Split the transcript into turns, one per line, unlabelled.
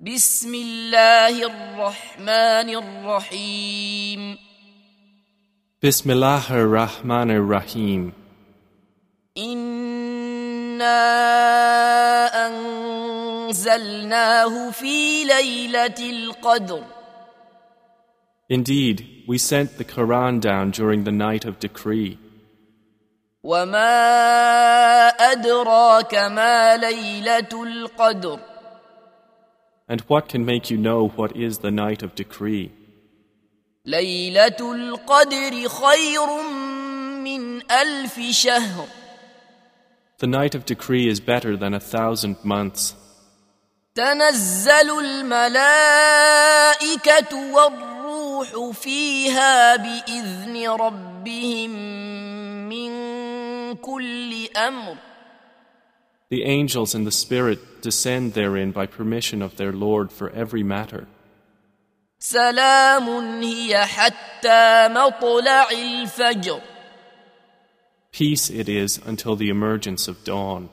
بسم الله الرحمن الرحيم
بسم الله الرحمن الرحيم
إنا أنزلناه في ليلة القدر
Indeed, we sent the Quran down during the night of decree.
وما أدراك ما ليلة القدر
And what can make you know what is the night of decree?
ليلة القدر خير من ألف شهر
The night of decree is better than a thousand months.
تنزل الملائكة والروح فيها بإذن ربهم من كل أمر
The angels and the Spirit descend therein by permission of their Lord for every matter.
سلام هي حتى مطلع الفجر
Peace it is until the emergence of dawn.